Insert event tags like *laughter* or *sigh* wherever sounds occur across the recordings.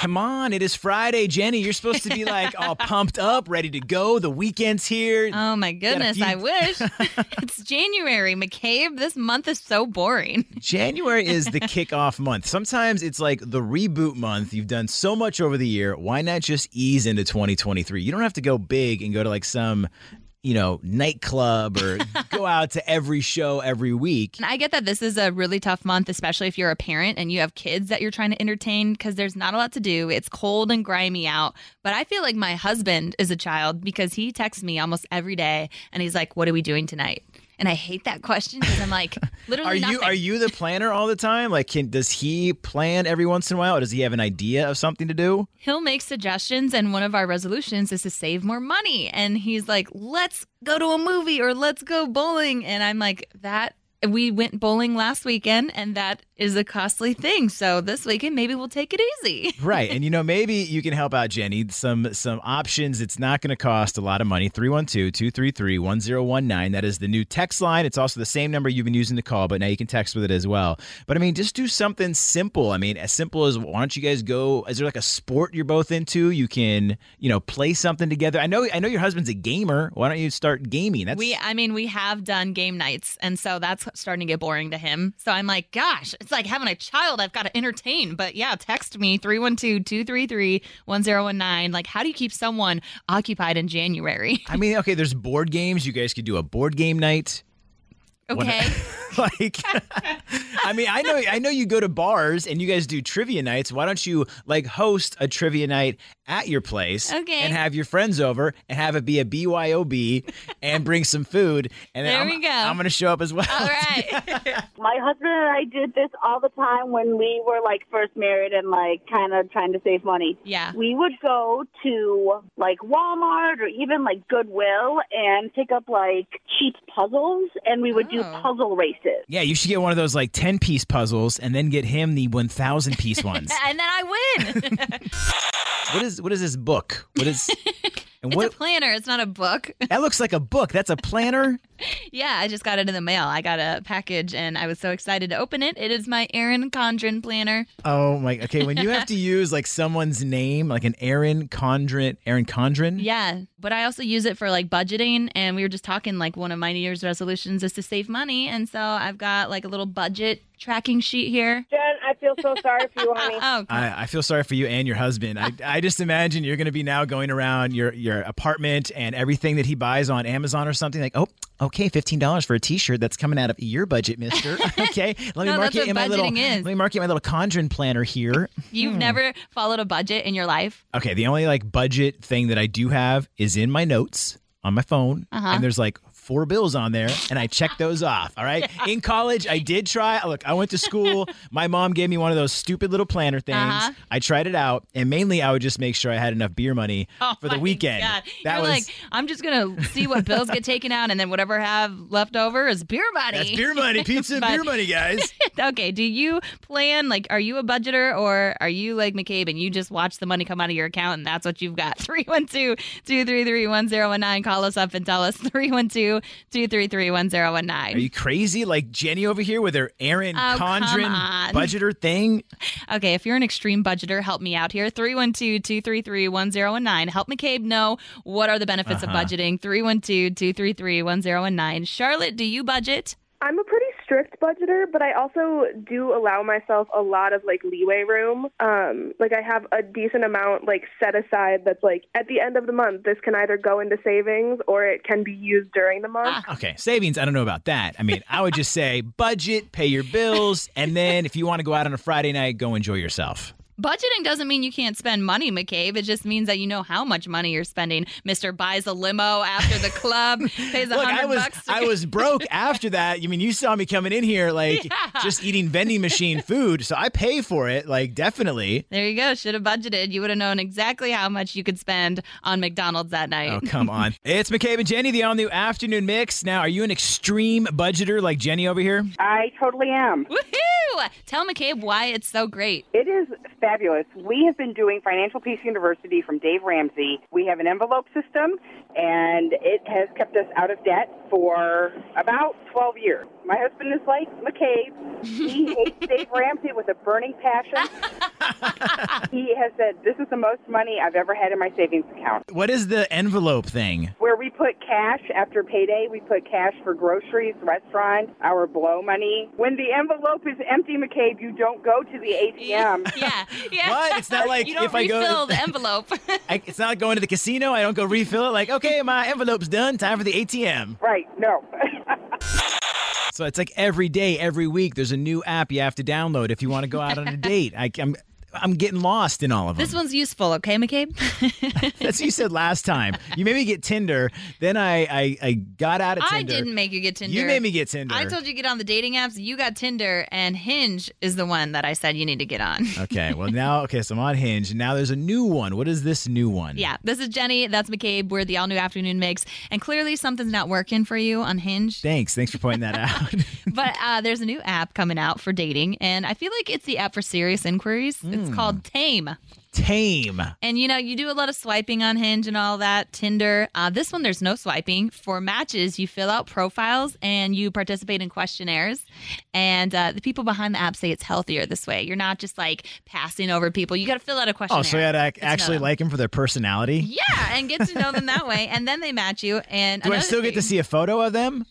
Come on, it is Friday, Jenny. You're supposed to be like *laughs* all pumped up, ready to go. The weekend's here. Oh my goodness, few- I wish. it's January, McCabe. This month is so boring. January is the kickoff month. Sometimes it's like the reboot month. You've done so much over the year. Why not just ease into 2023? You don't have to go big and go to like some, you know, nightclub or go out to every show every week. And I get that this is a really tough month, especially if you're a parent and you have kids that you're trying to entertain because there's not a lot to do. It's cold and grimy out. But I feel like my husband is a child because he texts me almost every day and he's like, What are we doing tonight? And I hate that *laughs* question because I'm *laughs* like, literally Are you nothing. are you the planner all the time? Like, can, does he plan every once in a while, or does he have an idea of something to do? He'll make suggestions, and one of our resolutions is to save more money. And he's like, let's go to a movie or let's go bowling. And I'm like, that. We went bowling last weekend, and that is a costly thing. So this weekend, maybe we'll take it easy. *laughs* Right, and you know maybe you can help out Jenny some some options. It's not going to cost a lot of money. 312-233-1019. That is the new text line. It's also the same number you've been using to call, but now you can text with it as well. But I mean, just do something simple. I mean, as simple as why don't you guys go? Is there like a sport you're both into? You can you know play something together. I know I know your husband's a gamer. Why don't you start gaming? That's We, I mean, we have done game nights, and so that's starting to get boring to him. So I'm like, gosh, it's like having a child I've got to entertain. But yeah, text me 312 233 1019. Like, how do you keep someone occupied in January? *laughs* I mean, okay, there's board games. You guys could do a board game night. What- Okay. *laughs* like, I mean, I know, I know you go to bars and you guys do trivia nights. Why don't you like host a trivia night at your place? Okay. And have your friends over and have it be a BYOB and bring some food. And then There I'm, we go. I'm going to show up as well. All right. My husband and I did this all the time when we were like first married and like kind of trying to save money. *laughs* Yeah. We would go to like Walmart or even like Goodwill and pick up like cheap puzzles and we would do Oh. puzzle races. *laughs* Yeah, you should get one of those like 10 piece puzzles and then get him the 1,000 piece *laughs* ones. and then I win. what is what is this book? What is. And what It's a planner. It's not a book. *laughs* that looks like a book. That's a planner. yeah, I just got it in the mail. I got a package and I was so excited to open it. It is my Erin Condren planner. Oh my! Okay, when you have *laughs* to use like someone's name, like an Aaron Condren, Aaron Condren. Yeah, but I also use it for like budgeting. And we were just talking like one of my New Year's resolutions is to save money. And so I've got like a little budget tracking sheet here. Jen, I feel so sorry for you, *laughs* honey. Oh, I, I feel sorry for you and your husband. I, I just imagine you're going to be now going around your, your apartment and everything that he buys on Amazon or something like, oh, okay, fifteen dollars for a T-shirt that's coming out of your budget, Mister. *laughs* okay, let me No, mark that's it what in my little budgeting is. let me mark it in my little Condren planner here. you've never followed a budget in your life? Okay, the only like budget thing that I do have is in my notes on my phone, Uh-huh. and there's like four bills on there, and I check those off. All *laughs* right. In college, I did try. Look, I went to school. my mom gave me one of those stupid little planner things. Uh-huh. I tried it out, and mainly I would just make sure I had enough beer money *laughs* Oh, for the my weekend. God. That You're was. like, I'm just going to see what bills get taken out. And then whatever I have left over is beer money. that's beer money, pizza, and *laughs* But- beer money, guys. Okay, do you plan like are you a budgeter or are you like McCabe and you just watch the money come out of your account and that's what you've got? *laughs* 312-233-1019 call us up and tell us *laughs* Are 312-233-1019. you crazy? Like Jenny over here with her Aaron Oh, come Condren on. budgeter thing. Okay, if you're an extreme budgeter, help me out here. 312-233-1019. Help McCabe know what are the benefits Uh-huh. of budgeting. 312-233-1019. Charlotte, do you budget? I'm a pretty strict budgeter, but I also do allow myself a lot of like leeway room. Um, like I have a decent amount like set aside that's like at the end of the month, this can either go into savings or it can be used during the month. Okay, savings, I don't know about that. I mean, I would *laughs* just say budget, pay your bills, and then if you want to go out on a Friday night, go enjoy yourself. Budgeting doesn't mean you can't spend money, McCabe. It just means that you know how much money you're spending. Mister buys a limo after the *laughs* club, pays a Look, I hundred was bucks. to I get- was *laughs* broke after that. You mean you saw me coming in here like Yeah. just eating vending machine food, so I pay for it. Like definitely. There you go. Should have budgeted. You would have known exactly how much you could spend on McDonald's that night. Oh come on! It's McCabe and Jenny, the all new afternoon mix. Now, are you an extreme budgeter like Jenny over here? I totally *laughs* am. Woohoo! Tell McCabe why it's so great. It is fabulous. We have been doing Financial Peace University from Dave Ramsey. We have an envelope system, and it has kept us out of debt for about 12 years. My husband is like McCabe. He hates Dave Ramsey with a burning passion. he has said, This is the most money I've ever had in my savings account. What is the envelope thing? Where we put cash after payday, we put cash for groceries, restaurant, our blow money. When the envelope is empty, McCabe, you don't go to the ATM. *laughs* Yeah. Yeah. What? It's not like you don't if I go- refill the envelope. *laughs* I, it's not going to the casino. I don't go refill it. Like, okay, my envelope's done. Time for the ATM. Right, no. *laughs* So it's like every day, every week, there's a new app you have to download if you want to go out *laughs* on a date. I, I'm I'm getting lost in all of them. this one's useful, okay, *laughs* McCabe? That's what you said last time. You made me get Tinder. Then I I, I got out of I Tinder. didn't make you get Tinder. You made me get Tinder. I told you to get on the dating apps. You got Tinder, and Hinge is the one that I said you need to get on. Okay, *laughs* well now, okay, so I'm on Hinge. Now there's a new one. What is this new one? Yeah, this is Jenny. That's McCabe. We're the all new afternoon mix. And clearly something's not working for you on Hinge. Thanks. Thanks for pointing that *laughs* out. but uh, there's a new app coming out for dating, and I feel like it's the app for serious inquiries. Hmm. It's called Tame. Tame. And you know, you do a lot of swiping on Hinge and all that, Tinder. Uh, this one, there's no swiping. For matches, you fill out profiles and you participate in questionnaires. And uh, the people behind the app say it's healthier this way. You're not just like passing over people. You got to fill out a questionnaire. Oh, so you had to Get to know actually them. like him for their personality. uh, Yeah, and get to know them that way. And then they match you. And Do I another still get to thing- see a photo of them?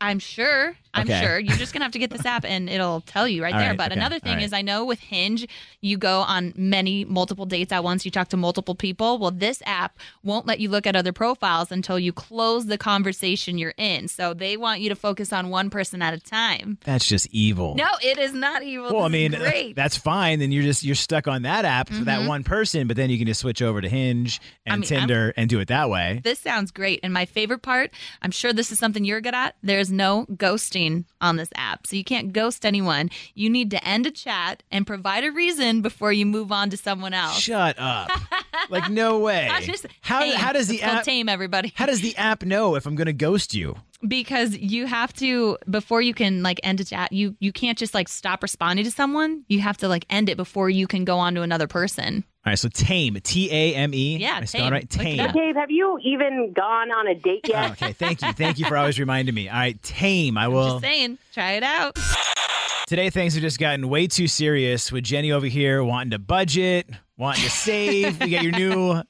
I'm sure. I'm Okay. sure. You're just going to have to get this app and it'll tell you right All there. right, But okay, another all thing right. is, I know with Hinge, you go on many multiple dates at once, you talk to multiple people. Well, this app won't let you look at other profiles until you close the conversation you're in. So they want you to focus on one person at a time. That's just evil. No, it is not evil. Well, I This is mean, uh, great. Mm-hmm. that's fine. Then you're just you're stuck on that app for that one person, but then you can just switch over to Hinge and mean, I'm- Tinder and do it that way. this sounds great. And my favorite part, I'm sure this is something you're good at. There's no ghosting on this app. So you can't ghost anyone. You need to end a chat and provide a reason before you move on to someone else. Shut *laughs* up. like no way. I just how tame. how does It's the called app tame everybody? how does the app know if I'm going to ghost you? because you have to before you can like end a chat. You you can't just like stop responding to someone. You have to like end it before you can go on to another person. All right, so tame, T A M E. Yeah, I spelled tame. it right. Look it Tame. up. *laughs* Dave, have you even gone on a date Oh, yet? okay, thank you, thank you for always reminding me. All right, tame. I Just will. saying, try it out. Today things have just gotten way too serious with Jenny over here wanting to budget, wanting to save. we got your *laughs* new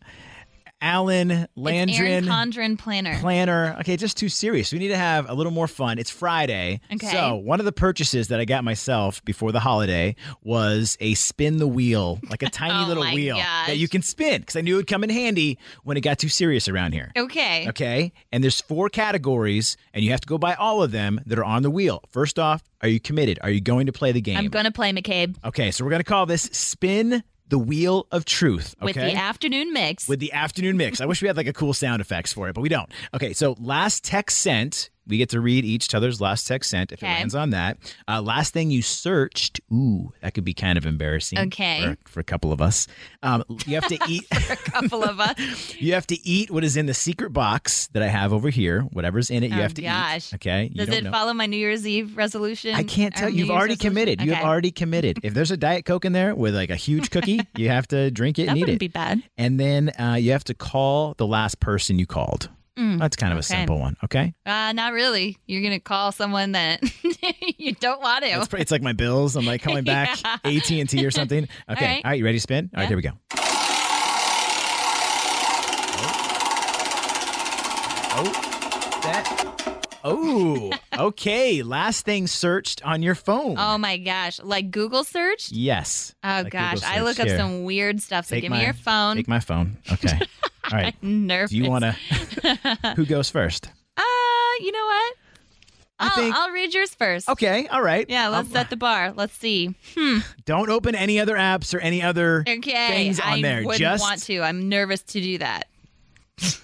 Alan It's Aaron Landrin Condren planner. *laughs* planner. Okay, just too serious. We need to have a little more fun. It's Friday. Okay. So, one of the purchases that I got myself before the holiday was a spin the wheel, like *laughs* a tiny Oh little my wheel that gosh. you can spin because I knew it would come in handy when it got too serious around here. okay. Okay. And there's four categories, and you have to go by all of them that are on the wheel. First off, are you committed? Are you going to play the game? I'm gonna play McCabe okay. So we're going to call this Spin the Wheel of Truth. Okay. with the afternoon mix. With the afternoon mix. I wish we had like a cool sound effects for it, but we don't. Okay. So last text sent. We get to read each other's last text sent if Okay. it lands on that. Uh, last thing you searched. Ooh, that could be kind of embarrassing. Okay. For, for a couple of us. Um, you have to *laughs* eat. a couple of us. *laughs* You have to eat what is in the secret box that I have over here. Whatever's in it, you Oh, have to gosh. eat. Okay. You Does don't it know. follow my New Year's Eve resolution? I can't Our tell. New You've Year's already resolution? committed. You have Okay. already committed. if there's a Diet Coke in there with like a huge cookie, you have to drink it That and eat wouldn't it. be bad. and then uh, you have to call the last person you called. That's kind of a Mm-hmm. okay. simple one. Okay. Mm. Uh, not really. You're gonna call someone that *laughs* you don't want to. It's, pre- it's like my bills. I'm like coming back *laughs* Yeah. AT&T or something. *laughs* Okay. All right. right. You ready to spin? All right. Yeah. Here we go. Oh, that. Oh, okay. *laughs* Last thing searched on your phone. *laughs* Oh my gosh! Like Google search? yes. Oh Like gosh, Google I look search. up Here. some weird stuff. So Take give my- me your phone. Take my phone. *laughs* Okay. All right. Nervous. Do you want to? *laughs* uh, Who goes first? you know what? I I'll, think- I'll read yours first. Okay, all right. Yeah, let's Um, set the bar. Let's see. Hmm. Don't open any other apps or any other. Okay. Things on I there, wouldn't just- want to. I'm nervous to do that. *laughs*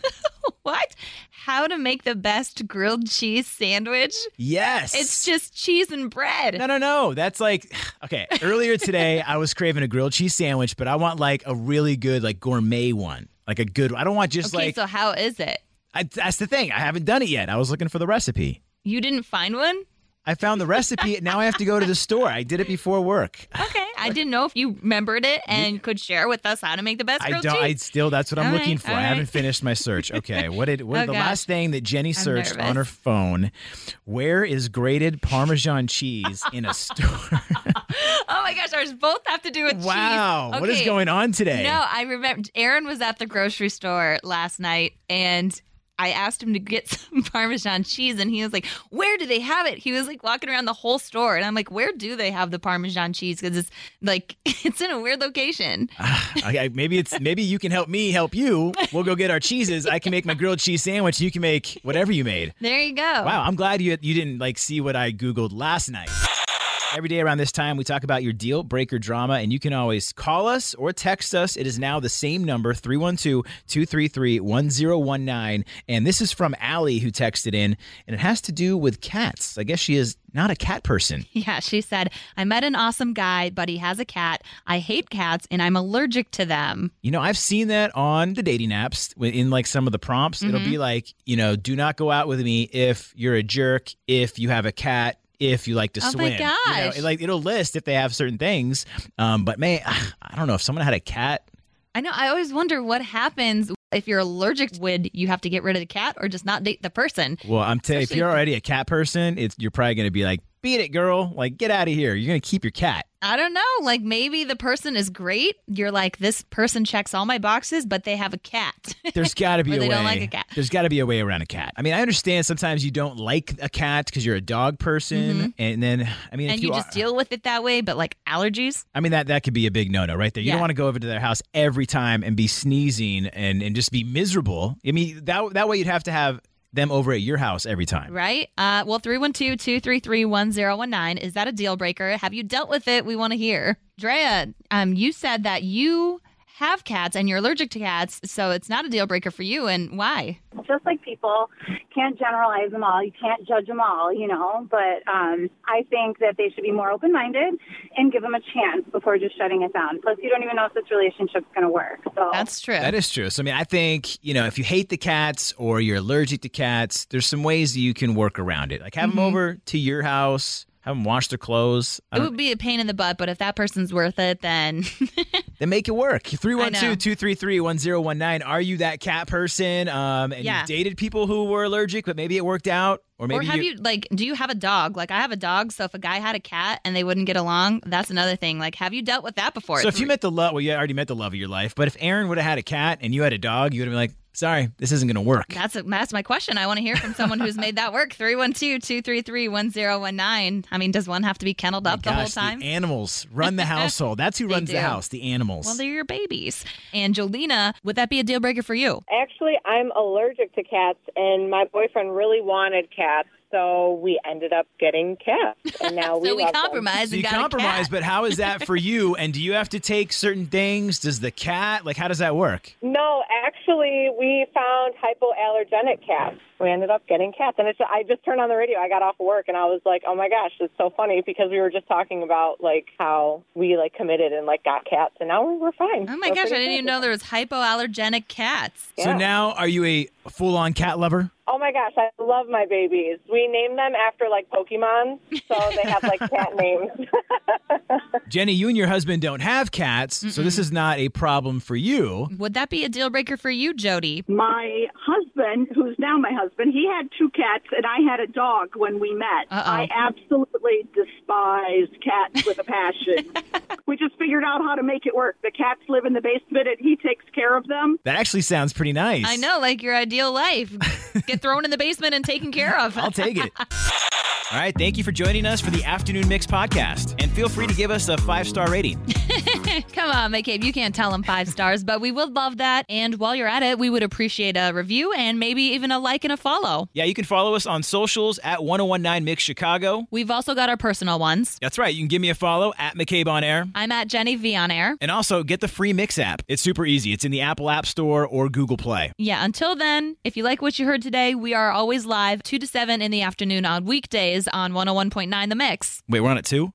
what? How to make the best grilled cheese sandwich? Yes. It's just cheese and bread. No, no, no. That's like *sighs* okay. Earlier today, I was craving a grilled cheese sandwich, but I want like a really good, like gourmet one, like a good. I don't want just okay, like. so how is it? I, that's the thing. I haven't done it yet. I was looking for the recipe. You didn't find one? I found the recipe. now I have to go to the store. I did it before *laughs* work. Okay. I didn't know if you remembered it and could share with us how to make the best I grilled don't. I cheese. still. That's what I'm All looking right, for. all I right. haven't finished my search. *laughs* Okay. What did? What Oh, did the gosh. last thing that Jenny searched on nervous. her phone? Where is grated Parmesan cheese in a *laughs* store? *laughs* oh my gosh, ours both have to do with cheese. wow. What is Okay. going on today? No, I remember Aaron was at the grocery store last night and I asked him to get *laughs* some Parmesan cheese and he was like, Where do they have it? He was like walking around the whole store and I'm like, Where do they have the Parmesan cheese? Because it's like, *laughs* it's in a weird location. Ah, okay, maybe it's maybe you can help me help you. We'll go get our cheeses. I can make my grilled cheese sandwich. You can make whatever you made. There you go. Wow, I'm glad you you didn't like see what I googled last night. Every day around this time, we talk about your deal breaker drama, and you can always call us or text us. It is now the same number, 312 233 1019. And this is from Allie, who texted in, and it has to do with cats. I guess she is not a cat person. Yeah, she said, I met an awesome guy, but he has a cat. I hate cats and I'm allergic to them. You know, I've seen that on the dating apps wi- in like some of the prompts. It'll Mm-hmm. be like, you know, do not go out with me if you're a jerk, if you have a cat, if you like to Oh my swim. You know, gosh. it, like it'll list if they have certain things. Um, but man, *sighs* I don't know if someone had a cat. I know. I always wonder what happens if you're allergic. Would you have to get rid of the cat or just not date the person? Well, I'm telling you, if Especially- you're already a cat person, it's you're probably going to be like, beat it, girl. Like, get out of here. You're going to keep your cat. I don't know. Like maybe the person is great. You're like, this person checks all my boxes, but they have a cat. *laughs* There's got to be Or a they way. don't like a cat. There's got to be a way around a cat. I mean, I understand sometimes you don't like a cat because you're a dog person, and then I mean, Mm-hmm. and if you, you just are- deal with it that way. But like allergies, I mean that that could be a big no no right there. You don't Yeah. want to go over to their house every time and be sneezing and and just be miserable. I mean that that way you'd have to have them over at your house every time. right? Uh, well, 312 233 1019. Is that a deal breaker? Have you dealt with it? We want to hear. Drea, um, you said that you have cats and you're allergic to cats. So it's not a deal breaker for you. And why? Just like people, can't generalize them all. You can't judge them all, you know. But um, I think that they should be more open-minded and give them a chance before just shutting it down. Plus, you don't even know if this relationship's going to work. So That's true. That is true. So I mean I think, you know, if you hate the cats or you're allergic to cats, there's some ways that you can work around it. Like have Mm-hmm. them over to your house, have them wash their clothes. uh, I it don't- would be a pain in the butt, but if that person's worth it, then *laughs* Then make it work. 312-233-1019. Are you that cat person? Um and Yeah. you dated people who were allergic, but maybe it worked out or maybe or have you you like do you have a dog like i have a dog so if a guy had a cat and they wouldn't get along that's another thing like have you dealt with that before So if you met the love, well, you already met the love of your life. But if Aaron would have had a cat and you had a dog, you would have been like, "Sorry, this isn't going to work." that's a, that's my question i want to hear from someone who's made that work 312-233-1019 i mean does one have to be kenneled up the whole Oh Gosh, time animals run *laughs* the household. That's who They runs the do. house. The animals. well they're your babies and jolena would that be a deal breaker for you Actually, I'm allergic to cats, and my boyfriend really wanted cats, so we ended up getting cats, and now *laughs* we so we love them. compromise so and you got a compromise, cat. but how is that for *laughs* you? And do you have to take certain things? Does the cat like? How does that work? No, actually, we found hypoallergenic cats. We ended up getting cats, and it's. I just turned on the radio. I got off work, and I was like, "Oh my gosh, it's so funny!" Because we were just talking about like how we like committed and like got cats, and now we- we're fine. oh my We're gosh i pretty didn't even happy. know there was hypoallergenic cats So Yeah. now, are you a full-on cat lover? Oh my gosh, I love my babies. We name them after like Pokemon, so they have *laughs* like cat names. *laughs* Jenny, you and your husband don't have cats, so this is not a problem for you. would that be a deal breaker for you jody my husband, who's now my husband, he had two cats and I had a dog when we met. Uh-oh. I absolutely despise cats with a passion. we just figured out how to make it work. The cats live in the basement and he takes care of them. That actually sounds pretty nice. I know, like your ideal life. Get thrown in the basement and taken care of. *laughs* I'll take it. All right, thank you for joining us for the Afternoon Mix podcast. And feel free to give us a five star rating. Come on, McCabe, you can't tell them five stars, but we would love that. And while you're at it, we would appreciate a review and maybe even a like and a follow. Yeah, you can follow us on socials at 1019 Mix Chicago. We've also got our personal ones. That's right. You can give me a follow at McCabe on Air. I'm at Jenny V on air. And also get the free Mix app. It's super easy. It's in the Apple App Store or Google Play. Yeah, until then, if you like what you heard today, we are always live 2 to 7 in the afternoon on oh weekdays on 101.9 The Mix. Wait, we're on it too?